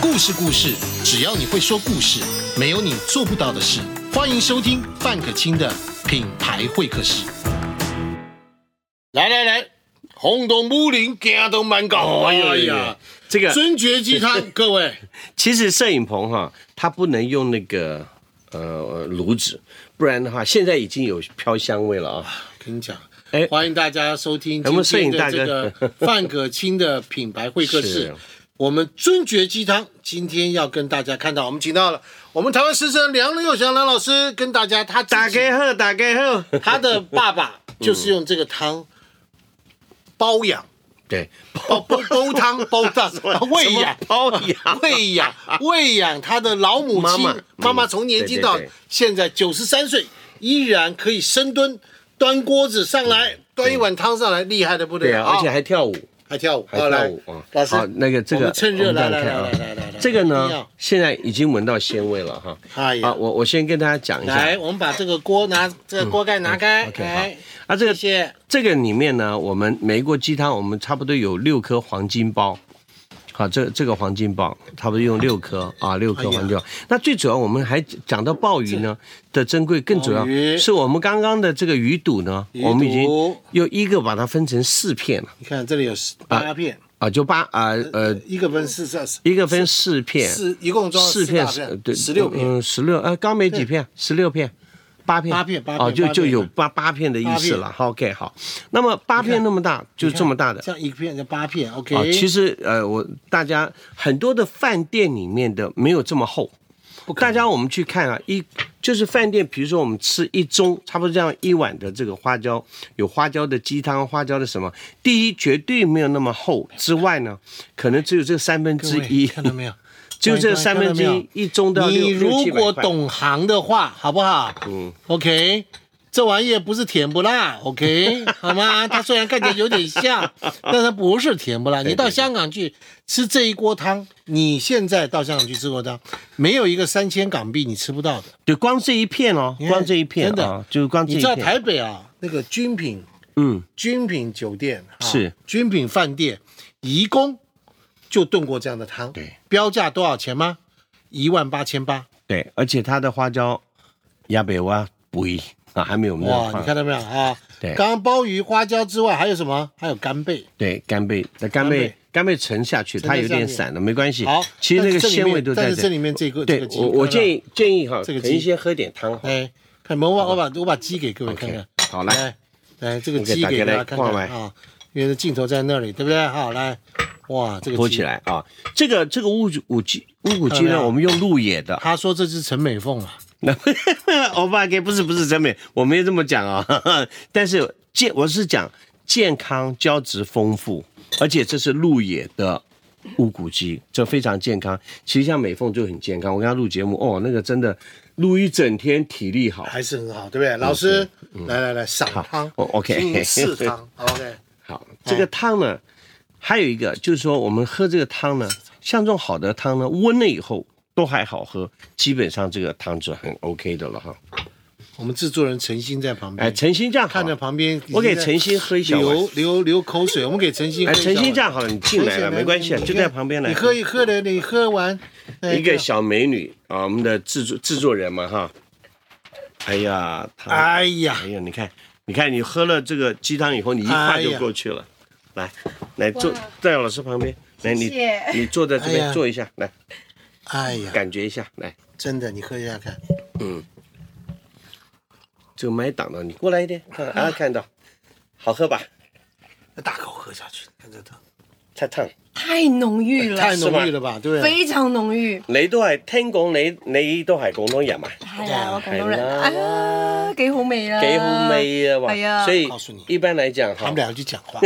故事故事，只要你会说故事，没有你做不到的事。欢迎收听范可清的品牌会客室。来来来，红豆木林行都蛮哦高，哎呀呀，这个尊爵鸡哎汤，各位，其实摄影棚哈，它不能用那个呃炉子，不然的话，现在已经有飘香味了啊。跟你讲。哎欢迎大家收听我今们摄天影大的哥这个范可清的品牌会客室 是。我们尊爵鸡汤今天要跟大家看到，我们请到了我们台湾师生梁又祥梁老师跟大家他自打己开后，打开后，他的爸爸嗯就是用这个汤包养。 对，煲煲煲 汤煲汤喂啊养什么 哦包养喂养喂养他的老母亲妈妈妈妈从年轻到对对对现在九十三岁，依然可以深蹲端锅子上来，端一碗汤上来，厉害的不得嗯对啊，了，而且还跳舞，还跳舞，还好跳来舞啊。老师好，那个这我个们趁热我们来这来样来看啊来来来来，这个一定要呢，现在已经闻到鲜味了哈。哎呀啊，我我先跟大家讲一下嗯来，我们把这个锅拿这个锅盖拿开， OK，来，啊，这谢个谢。这个里面呢，我们每一锅鸡汤，我们差不多有六颗黄金包。好，这这个黄金包差不多用六颗啊，六颗哎黄金包。那最主要，我们还讲到鲍鱼呢的珍贵，更主要鲍鱼是我们刚刚的这个鱼肚呢，鱼肚我们已经用一个把它分成四片了你看这里有十八片，啊，就八啊呃，一个分四十一个分四片，四，一共装了四片片，是对，十六片。嗯，十六，呃，刚没几片，十六片，八片，八片八片哦，就八片就有八八片的意思八了。好 OK，好，那么八片那么大，就这么大的。这样一片叫八片，OK。啊，其实呃，我大家很多的饭店里面的没有这么厚，大家我们去看啊，一就是饭店，比如说我们吃一盅，差不多这样一碗的这个花椒，有花椒的鸡汤，花椒的什么，第一绝对没有那么厚，之外呢，可能只有这三分之一，看到没有？ 就这三分之看一到没有一盅都要六你六如七百果块懂行的话，好不好？嗯，OK。这玩意儿不是甜不辣，OK，好 吗？它虽然看起来有点像，但它不是甜不辣。你到香港去吃这一锅汤，你现在到香港去吃锅汤，没有一个三千港币你吃不到的。就光这一片哦你，看光这一片真的啊，就是光这你一知道片，台北啊，那个军品嗯，军品酒店、啊、是军品饭店，移工就炖过这样的汤。对，标价多少钱吗？一万八千八。对，而且它的花椒亚北蛙不一啊，还没有我们那哇，放你看到没有啊？对刚刚鲍鱼、花椒之外，还有什么？还有干贝。对，干贝，那干贝贝，干贝沉下去，沉在它有点下面散了，没关系。好其实那但是个这里鲜面味都在但是这里面这个这个对鸡我，看我到建议建议哈，这个可鸡能先喝点汤哈。哎，看门我我把我把鸡给各位看看。好来，来，这个我给鸡打给开大来家看晃看来啊，因为镜头在那里，对不对？好，来，哇，这个拨鸡起。来啊。这个这个乌骨乌鸡乌骨鸡看到没呢，有我们用鹿野的。他说这是陈美凤啊，那 欧巴给不是不是真美，我没有这么讲啊。 但是健我是讲健康、胶质丰富，而且这是鹿野的乌骨鸡，这非常健康。其实像美凤就很健康，我跟她录节目哦，那个真的录一整天，体力好。还是很好，对不对？老师，嗯来来来，赏汤哦，OK 今天试汤，OK。好，哎这个汤呢，还有一个就是说，我们喝这个汤呢，像这种好的汤呢，温了以后都还好喝，基本上这个汤就很 OK 的了哈。我们制作人陈鑫在旁哎，边，陈鑫这样好嗯看着旁边已经在，我给陈鑫喝一小碗流流流口水，我们给陈鑫喝哎，一小碗。陈鑫这样好了，你进来了没关系，啊你就在旁边来。你喝一喝的，你喝完，哎一个小美女啊，我们的制作制作人嘛哈。哎呀，这她哎呀哎，呀，你看，你看，你喝了这个鸡汤以后，你一块哎就呀过去了。来，来坐在老师旁边，来你 谢你坐在这哎呀边坐一下，来哎呀，感觉一下，来，真的，你喝一下看，这个麦挡到你，过来一点，看啊，看到，好喝吧？大口喝下去，看这汤太烫，太浓郁了，太是吗浓郁了吧，对不对？非常浓郁。你都係聽講你你都係廣東人嘛？係啦，哎我廣東係啦人啊，幾好味啦，幾好味啊！哇係啊，所以告訴你一般來講他哈们，俩哎就讲 话，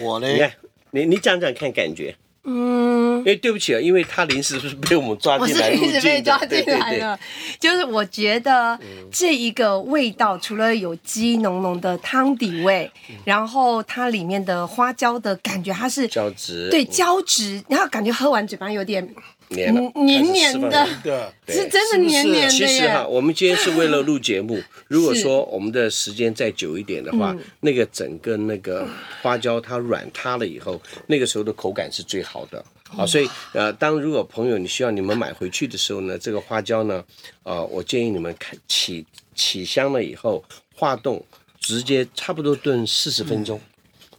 我你嘞看，你你讲讲看感觉。嗯因。为对不起啊，因为他临时是被我们抓我进是来入一境的，直被抓对嗯进来。了，就是我觉得这一个味道，除了有鸡浓浓的汤底味，嗯然后它里面的花椒的感觉，它是胶质对胶质，然后感觉喝完嘴巴有点黏了黏开始释黏的放了的，对是真的黏黏其的实哈，耶，我们今天是为了录节 目。如果说我们的时间再久一点的嗯话，那个整个那个花椒它软塌了以后，那个时候的口感是最好的。啊，所以呃，当如果朋友你需要你们买回去的时候呢，这个花椒呢，呃，我建议你们看起起香了以后化冻，直接差不多炖四十分嗯钟，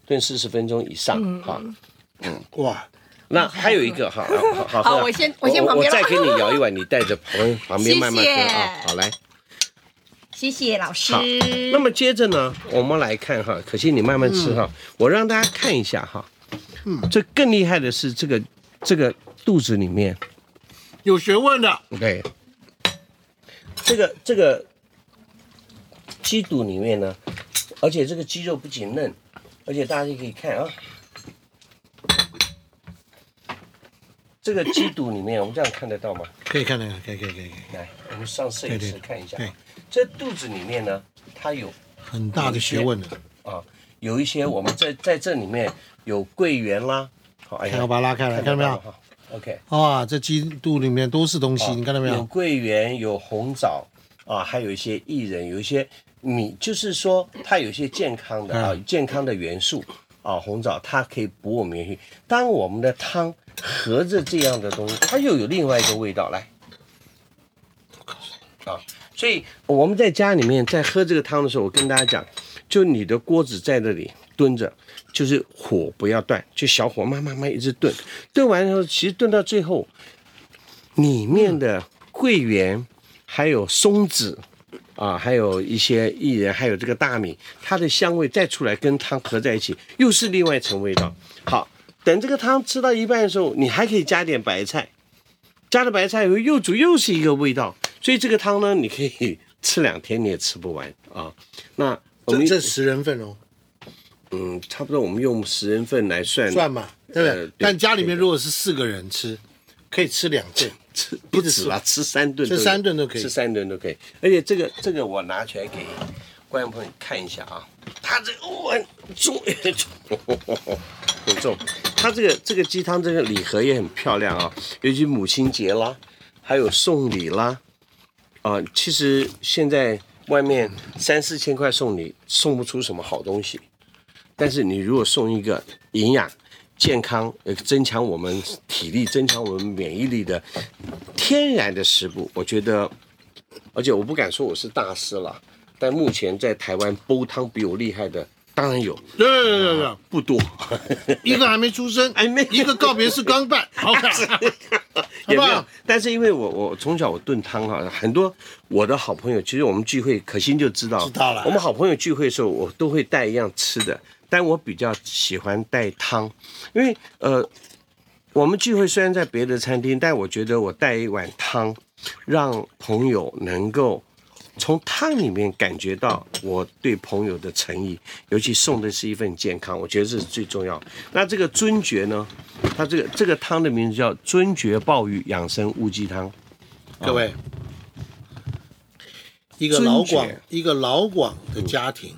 炖四十分钟以上哈。哇，那还有一个哈，好好喝啊好我先我先旁边我了再给你舀一碗，你带着 旁旁边慢慢喝谢谢啊。好来，谢谢老师好。那么接着呢，我们来看哈，可惜你慢慢吃哈，我让大家看一下哈。嗯，这更厉害的是这个这个肚子里面，有学问的，对，这个这个鸡肚里面呢，而且这个鸡肉不仅嫩，而且大家可以看啊，这个鸡肚里面，我们这样看得到吗？可以看那个，可以可以可以，可以来，我们上摄影对师对看一下对，这肚子里面呢，它有很大的学问的，啊，有一些我们在在这里面有桂圆啦，好，哎呀看我把它拉开来，看到没有？哈？OK，啊，这鸡肚里面都是东西，啊你看到没有有？桂圆，有红枣啊，还有一些薏仁，有一些米，就是说它有一些健康的啊，嗯健康的元素啊，红枣它可以补我们元气。当我们的汤合着这样的东西，它又有另外一个味道来。啊，所以我们在家里面在喝这个汤的时候，我跟大家讲，就你的锅子在这里蹲着，就是火不要断，就小火慢慢慢一直炖，炖完以后，其实炖到最后，里嗯面的桂圆，还有松子，啊，还有一些薏仁，还有这个大米，它的香味再出来跟汤合在一起，又是另外一层味道。好，等这个汤吃到一半的时候，你还可以加点白菜，加了白菜以后又煮又是一个味道，所以这个汤呢，你可以吃两天你也吃不完啊。那我们这这十人份哦，嗯，差不多我们用十人份来算，算嘛，对不呃对对？但家里面如果是四个人吃，可以吃两顿，吃 不止啦，吃三顿都有，吃三顿都可以吃三顿都可以。而且这个这个我拿起来给观众朋友看一下啊，它这个哇很重很重，很重。它这个这个鸡汤这个礼盒也很漂亮啊，尤其母亲节啦，还有送礼啦，啊、其实现在外面三四千块送礼送不出什么好东西，但是你如果送一个营养。健康，呃，增强我们体力、增强我们免疫力的天然的食补，我觉得，而且我不敢说我是大师了，但目前在台湾煲汤比我厉害的，当然有，对对对对对。不多， 一个还没出生，哎没一个告别式刚 办，好看。也没好不有好。但是因为我我从小我炖汤哈，很多我的好朋友，其实我们聚会，可心就知道，知道了啊我们好朋友聚会的时候，我都会带一样吃的，但我比较喜欢带汤，因为呃，我们聚会虽然在别的餐厅，但我觉得我带一碗汤，让朋友能够。从汤里面感觉到我对朋友的诚意，尤其送的是一份健康，我觉得这是最重要。那这个尊爵呢，它这个这个汤的名字叫尊爵鲍鱼养生乌鸡汤， 各位，一个老尊广爵，一个老广的家庭，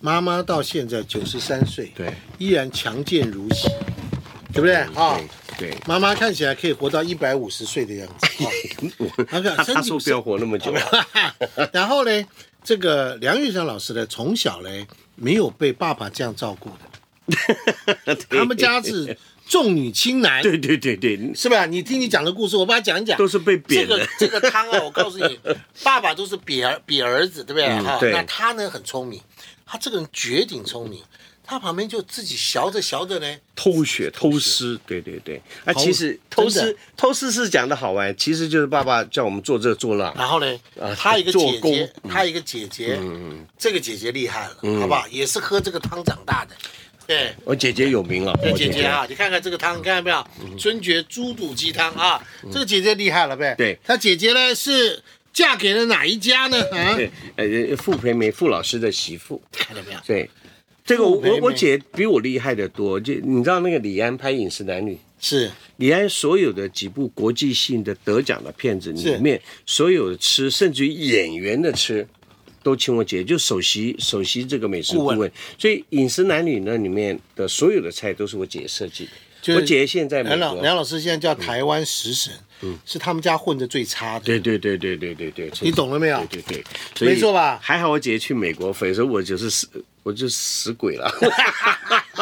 妈妈到现在九十三岁，对，嗯依然强健如昔，对不对啊？对，妈妈看起来可以活到一百五十岁的样 子。啊我那个他身他体说不不是要活那么久， 然后呢，这个梁玉山老师呢，从小呢没有被爸爸这样照顾的， 他们家是重女轻男，对对对对，是吧？你听你讲的故事，我把它讲一讲。都是被贬的，这个这个汤啊，我告诉 你，爸爸都是比儿比儿子，对不对？嗯哈、对那他呢很聪明，他这个人绝顶聪明，他旁边就自己学着学着呢，偷学偷师，对对对，啊，偷其实真偷的师偷师是讲的好玩，其实就是爸爸叫我们做这做那，然后呢啊，他一个做姐工嗯姐，他一个姐姐，这个姐姐厉害了，好不好？也是喝这个汤长大的，对。我哦姐姐有名了，嗯这我姐姐啊，你看看这个汤，看到没有？尊爵猪肚鸡汤啊，这个姐姐厉害了呗。嗯对她姐姐呢是嫁给了哪一家呢？啊，对，呃，傅培梅傅老师的媳妇，看到没有？对。这个我傅培我梅我姐比我厉害的多，就你知道那个李安拍《饮食男女》，是李安所有的几部国际性的得奖的片子是里面，所有的吃，甚至于演员的吃，都请我姐，就首席首席这个美食顾问。顾问所以《饮食男女》呢里面的所有的菜都是我姐设计就是的。我姐现在美梁老国，梁老师现在叫台湾食神，是他们家混的最差的，嗯对对对对对对对，你懂了没有？对对对，所以啊没错吧还好我姐去美国，否则我就是死，我就死鬼了。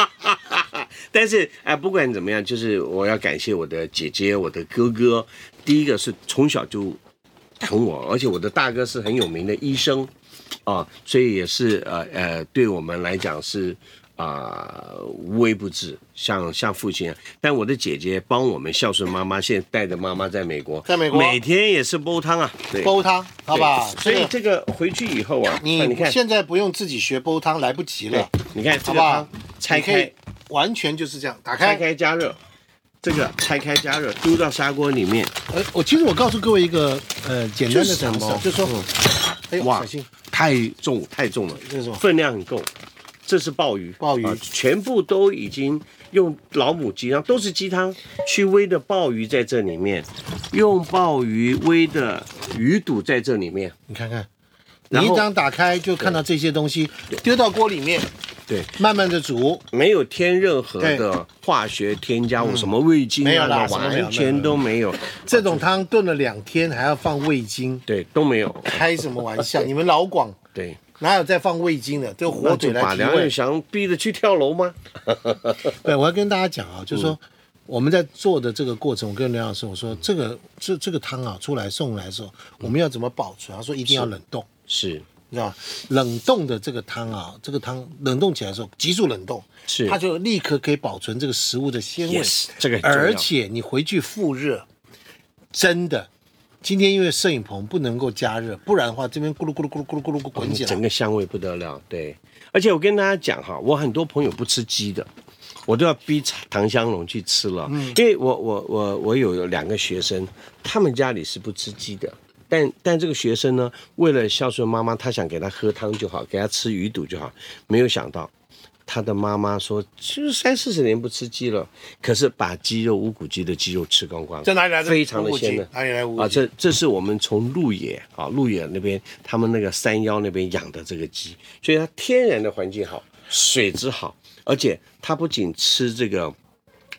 但是啊、不管怎么样，就是我要感谢我的姐姐、我的哥哥。第一个是从小就疼我，而且我的大哥是很有名的医生啊，所以也是呃呃，对我们来讲是啊、无微不至，像像父亲一样。啊但我的姐姐帮我们孝顺妈妈，现在带着妈妈在美国，在美国每天也是煲汤啊，对，煲汤，好吧？对所以这个回去以后啊，你啊你看，现在不用自己学煲汤，来不及对了，，你看这好个吧汤？拆你可开以。完全就是这样，打拆开。开加热，这个拆开加热，丢到砂锅里面，呃，我其实我告诉各位一个呃简单的常识啊，就就是说，哎呦，哇小心，，太重太重了，这是什么？分量很够。这是鲍鱼，鲍鱼啊全部都已经用老母鸡汤，都是鸡汤去煨的鲍鱼在这里面，用鲍鱼煨的鱼肚在这里面，你看看，然你后一张打开就看到这些东西，丢到锅里面，对，慢慢的煮，没有添任何对嗯的化学添加物，什么味精没有啊啦，什么没有完全都没有，这种汤炖了两天还要放味精，对，都没有，开什么玩 笑？你们老广对。哪有在放味精的？这火腿那就把来提梁味永。祥逼着去跳楼吗？对，我要跟大家讲啊，就是嗯说我们在做的这个过程，我跟梁老师我说，这个这这个汤啊出来送来的时候，嗯我们要怎么保存？他说一定要冷冻，是你知道吧？冷冻的这个汤啊，这个汤冷冻起来的时候，急速冷冻，是它就立刻可以保存这个食物的鲜味。 Yes，这个哎很重要而且你回去复热，真的。今天因为摄影棚不能够加热，不然的话这边咕噜咕噜咕噜咕噜咕噜咕噜滚起来哦整，个香味不得了。对，而且我跟大家讲哈，我很多朋友不吃鸡的，我都要逼唐香龙去吃了，嗯因为我我我我有两个学生，他们家里是不吃鸡的。但但这个学生呢，为了孝顺妈妈，他想给他喝汤就好，给他吃鱼肚就好，没有想到他的妈妈说，就是三四十年不吃鸡了，可是把鸡肉无骨鸡的鸡肉吃光光，这哪里来的非常的无骨鸡鲜嫩，哪里来无骨啊，鸡这这是我们从鹿野啊，鹿野那边他们那个山腰那边养的这个鸡，所以它天然的环境好，水质好，而且它不仅吃这个。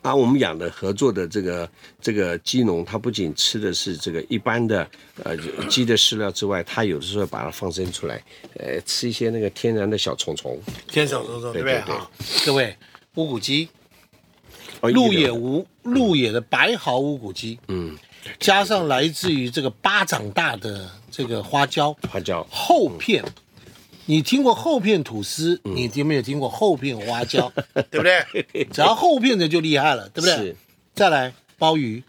啊，我们养的合作的这个这个鸡农，它不仅吃的是这个一般的呃鸡的饲料之外，它有的时候把它放生出来，呃，吃一些那个天然的小虫虫。天手手手，对不对对对啊？各位，乌骨鸡哦鹿一野流无鹿野的白毫乌骨鸡，嗯，加上来自于这个巴掌大的这个花椒花椒厚片，你听过厚片吐司，你有没有听过厚片花椒？嗯 对不对？只要厚片的就厉害了，对不对是？再来鲍鱼、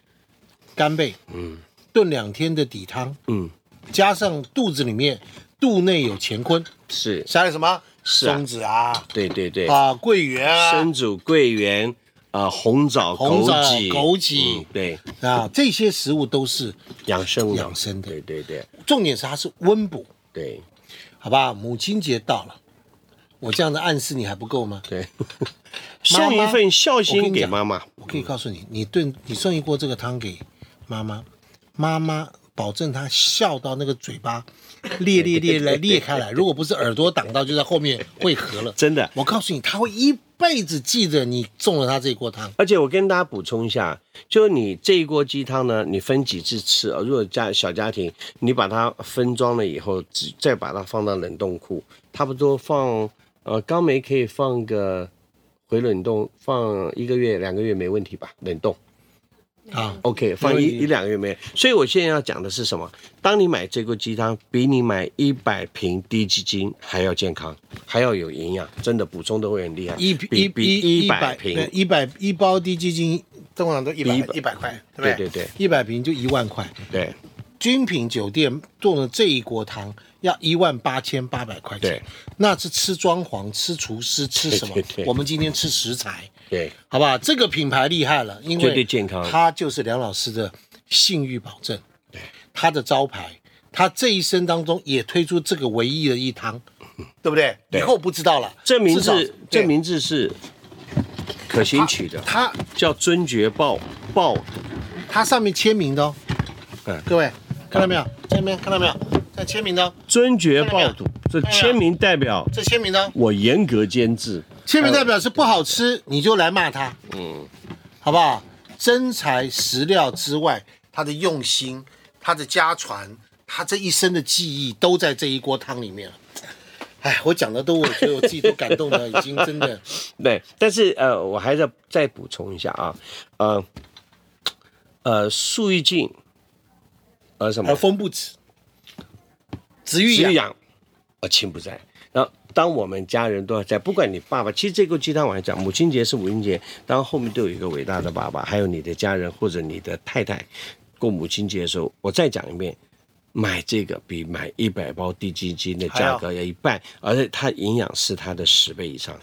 干贝，嗯，炖两天的底汤，嗯，加上肚子里面肚内有乾坤，是，加了什么？是啊松子啊，对对对，啊，桂圆啊，生煮桂圆，啊，红枣红枣枸杞，枸杞嗯对，啊，这些食物都是，养生养生的对对对重点是它是温补，对好吧？母亲节到了，我这样的暗示你还不够吗？ 对，送一份孝心给妈妈，我可以告诉你，你炖你送一锅这个汤给妈妈，妈妈保证她笑到那个嘴巴裂裂裂来裂开来，如果不是耳朵挡到，就在后面会合了。真的。我告诉你，她会一辈子记着你送了她这一锅汤。而且我跟大家补充一下，就是你这一锅鸡汤呢，你分几次吃啊？如果家小家庭，你把它分装了以后，只再把它放到冷冻库，差不多放呃刚梅可以放个回冷冻，放一个月两个月没问题吧？冷冻。嗯啊，OK，放一没问题一两个月没有。所以我现在要讲的是什么？当你买这锅鸡汤，比你买一百瓶低基金还要健康，还要有营养，真的补充的会很厉害。一比比一一百瓶，对一百一包低基金，通常都一百一百嗯一百块，对不对对对，一百瓶就一万块。对君品酒店做的这一锅汤要一万八千八百块钱对，那是吃装潢、吃厨师、吃什么？对对对我们今天吃食材，对，好不好？这个品牌厉害了，因为绝对健康它就是梁老师的信誉保证，他的招牌，他这一生当中也推出这个唯一的一汤，嗯对不对？以后不知道了，这名至少字这名字是可心取的，他叫尊爵鲍鲍它上面签名的哦，嗯各位看到没有？这边看到没有？在签名的、哦，尊爵鲍肚，这签名代表这签名的、哦，我严格监制。签名代表是不好呃吃，你就来骂他，嗯，好不好？真材实料之外，他的用心，他的家传，他这一生的记忆都在这一锅汤里面了。哎，我讲的都，我觉得我自己都感动了，已经真 的。对，但是呃，我还是要再补充一下啊，呃，呃，树欲静，呃什么而？风不止，子欲只有哦养。养，呃，亲不在。然后，当我们家人都在，不管你爸爸，其实这个鸡汤我还讲，母亲节是母亲节，当然后面都有一个伟大的爸爸，还有你的家人或者你的太太，过母亲节的时候，我再讲一遍，买这个比买一百包低基金的价格要一半，而且它营养是它的十倍以上。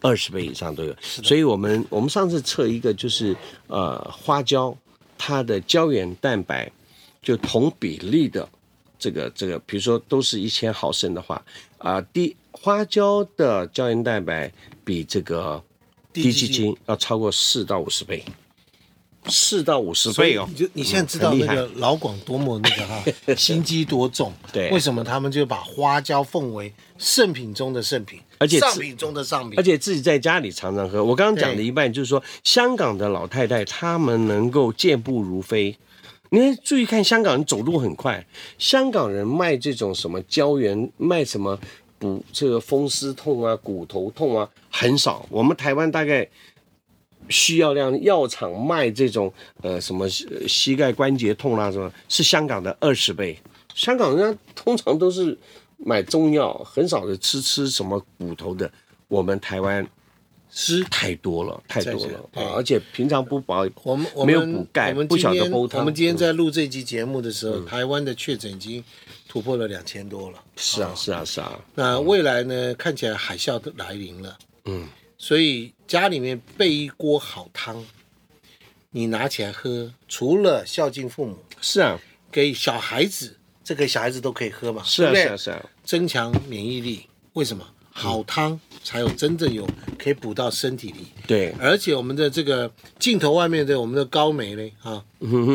二十倍以上都有，所以我们我们上次测一个就是呃花椒，它的胶原蛋白就同比例的这个这个，比如说都是一千毫升的话，啊、低花椒的胶原蛋白比这个低基基金金要超过四到五十倍，四到五十所以倍哦你。就你现在知道很厉那害个老广多么那个 哈，心机多重。对为什么他们就把花椒奉为圣品中的圣品，而且上是品中的上品而？且自己在家里常常喝。我刚刚讲的对一半就是说，香港的老太太她们能够健步如飞。你看，注意看香港人走路很快，香港人卖这种什么胶原，卖什么补这个风湿痛啊、骨头痛啊很少。我们台湾大概需要量药厂卖这种呃什么呃膝盖关节痛啊啦、什么，是香港的二十倍。香港人家通常都是买中药，很少的吃吃什么骨头的。我们台湾吃太多了，太多在这了对啊！而且平常不保，我们我没们有补钙我们不今晓得天煲汤嗯我们今天在录这期节目的时候，台湾的确诊已经突破了两千多了。是啊，是啊，是啊，那未来呢，看起来海啸都来临了，嗯，所以家里面备一锅好汤，你拿起来喝，除了孝敬父母，是啊，给小孩子，这个小孩子都可以喝嘛，是啊，对是不对啊，是啊，增强免疫力。为什么？好汤才有真正有可以补到身体里，对，而且我们的这个镜头外面的我们的高梅呢， 啊，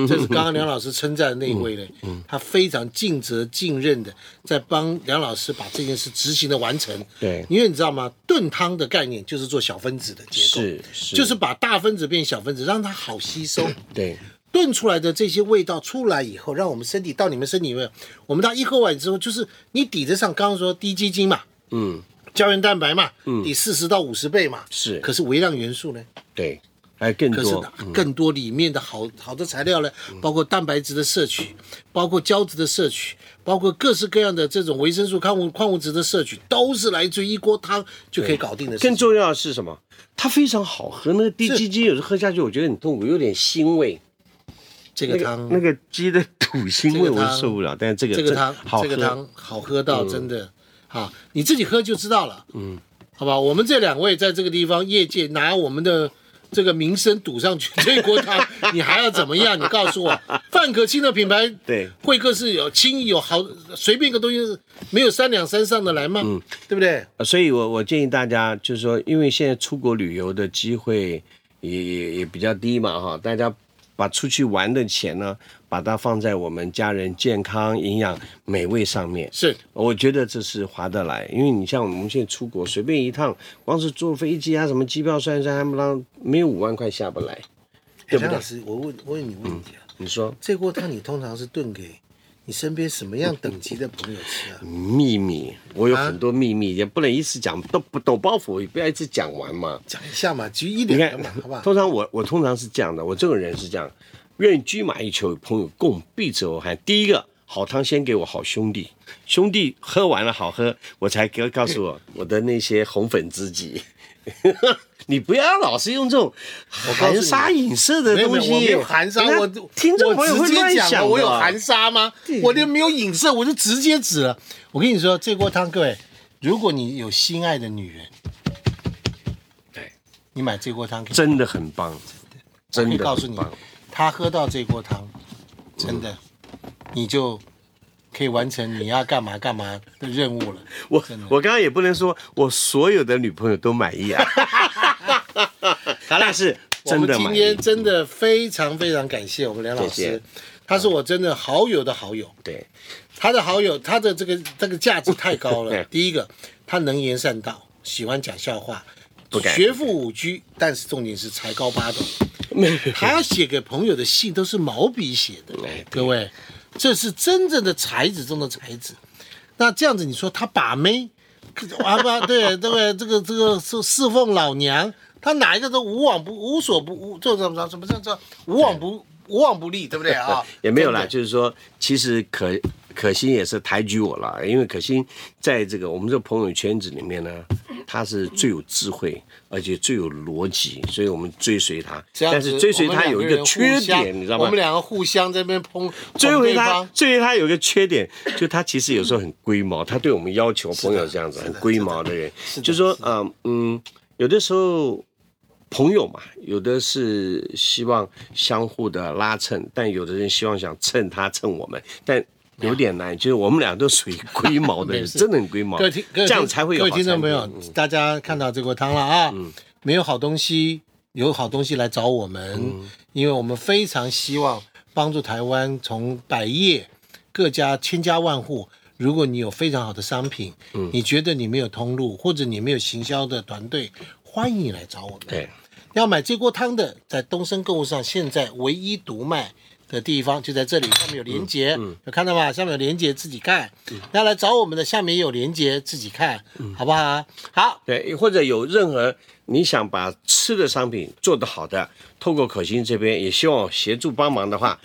这是刚刚梁老师称赞的那一位呢，嗯他非常尽责尽任的在帮梁老师把这件事执行的完成。对因为你知道吗？炖汤的概念就是做小分子的结构，是是，就是把大分子变小分子，让它好吸 收。对，炖出来的这些味道出来以后，让我们身体到你们身体里面，我们到一喝完之后，就是你抵得上刚刚说低基金嘛，嗯，胶原蛋白嘛，抵四十到五十倍嘛，是可是微量元素呢？对，还更可是多，嗯更多里面的好好的材料呢，包括蛋白质的摄取，包括胶质的摄取，包括各式各样的这种维生素、矿物矿物质的摄取，都是来自于一锅汤就可以搞定的事更情。重要的是什么？它非常好喝，那个低基金有时候喝下去，我觉得很痛苦，有点腥味。这那个个汤，那个鸡的土腥味这个我汤是受不了，但是这个这个真汤，好喝，嗯这个汤好喝到真的，好，你自己喝就知道了。嗯，好吧，我们这两位在这个地方业界拿我们的这个名声赌上去 这锅汤，你还要怎么样？你告诉我，范可清的品牌对会客室有轻有好，随便一个东西没有三两三上的来吗？嗯，对不对？呃所以我我建议大家就是说，因为现在出国旅游的机会也也也比较低嘛哈，大家把出去玩的钱呢，把它放在我们家人健康、营养、美味上面。是我觉得这是划得来，因为你像我们现在出国随便一趟，光是坐飞机啊什么机票算一算，还不当没有五万块下不来，对嗯不梁对哎老？师，我问我问你问题啊，你说这锅汤你通常是炖给你身边什么样等级的朋友吃啊？秘密，我有很多秘密，也不能一次讲，都不抖包袱，也不要一次讲完嘛。讲一下嘛，举一你两看个 嘛，好不，好？通常我我通常是这样的，我这个人是这样，愿车马一球，朋友共避之我寒。第一个好汤先给我好兄弟，兄弟喝完了好喝，我才给告诉我我的那些红粉知己。 你不要老是用这种告诉你含沙引射的没有东没西，有，我没有含沙，人家我听众朋友我会直接乱讲想了的我有含沙吗？我就没有影射，我就直接指了。我跟你说，这锅汤，各位，如果你有心爱的女人，对，你买这锅汤给她，真的很棒，真我可以的告诉很啊你棒。，她喝到这锅汤，真的，你就可以完成你要干嘛干嘛的任务了。我我刚刚也不能说我所有的女朋友都满意 啊，好啦，是我 真们的今满天意，真的非常非常感谢我们梁老谢师谢，他是我真的好友的好友。对，他的好友，他的这个这个价值太高了 对。第一个，他能言善道，喜欢讲笑话，不敢学富五车，但是重点是才高八 斗。他写给朋友的信都是毛笔写的哎对，？各位，这是真正的才子中的才子。那这样子，你说他把妹，啊不， 对，这个这个这个是侍奉老娘，他哪一个都无往不无所不无，这怎么着什么这这无往不无往不利，对不对啊 也没有啦，对不对就是说，其实可可心也是抬举我了，因为可心在这个我们这个朋友圈子里面呢，他是最有智慧，而且最有逻辑，所以我们追随他。这样但子是追随他有一个缺啊我们两人互点，相你知道我吗们？两个互相在那边抨追捧随对他方，，追随他有一个缺点，就他其实有时候很龟毛，他对我们要求朋友这样子，是很的龟毛的人，的就说呃嗯，有的时候朋友嘛，有的是希望相互的拉蹭，但有的人希望想蹭他蹭我们，但。有点难，就是我们俩都属于龟毛的人，没事真的很龟毛，各位听，各位这样听才会有各位好听众产朋品友，大家看到这锅汤了啊，没有好东西，有好东西来找我们，嗯因为我们非常希望帮助台湾从百业各家千家万户。如果你有非常好的商品，你觉得你没有通路，或者你没有行销的团队，欢迎你来找我们。对，要买这锅汤的，在东升购物上现在唯一独卖的地方就在这里，下面有连接，嗯有看到吗？下面有连接，自己看。那来找我们的，下面也有连接，自己看，好不好嗯啊？好，对，或者有任何你想把吃的商品做得好的，透过可心这边也希望我协助帮忙的话，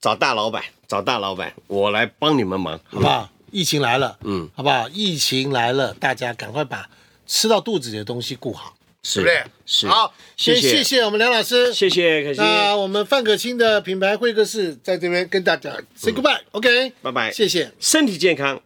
找大老板，找大老板，我来帮你们忙，好不好？疫情来了，嗯，好不好？疫情来了，大家赶快把吃到肚子里的东西顾好，对是不对？是，好，谢先谢谢，谢我们梁老师，谢谢可心，那我们范可清的品牌会客室在这边跟大家 say goodbye，OK，、拜拜谢谢。身体健康，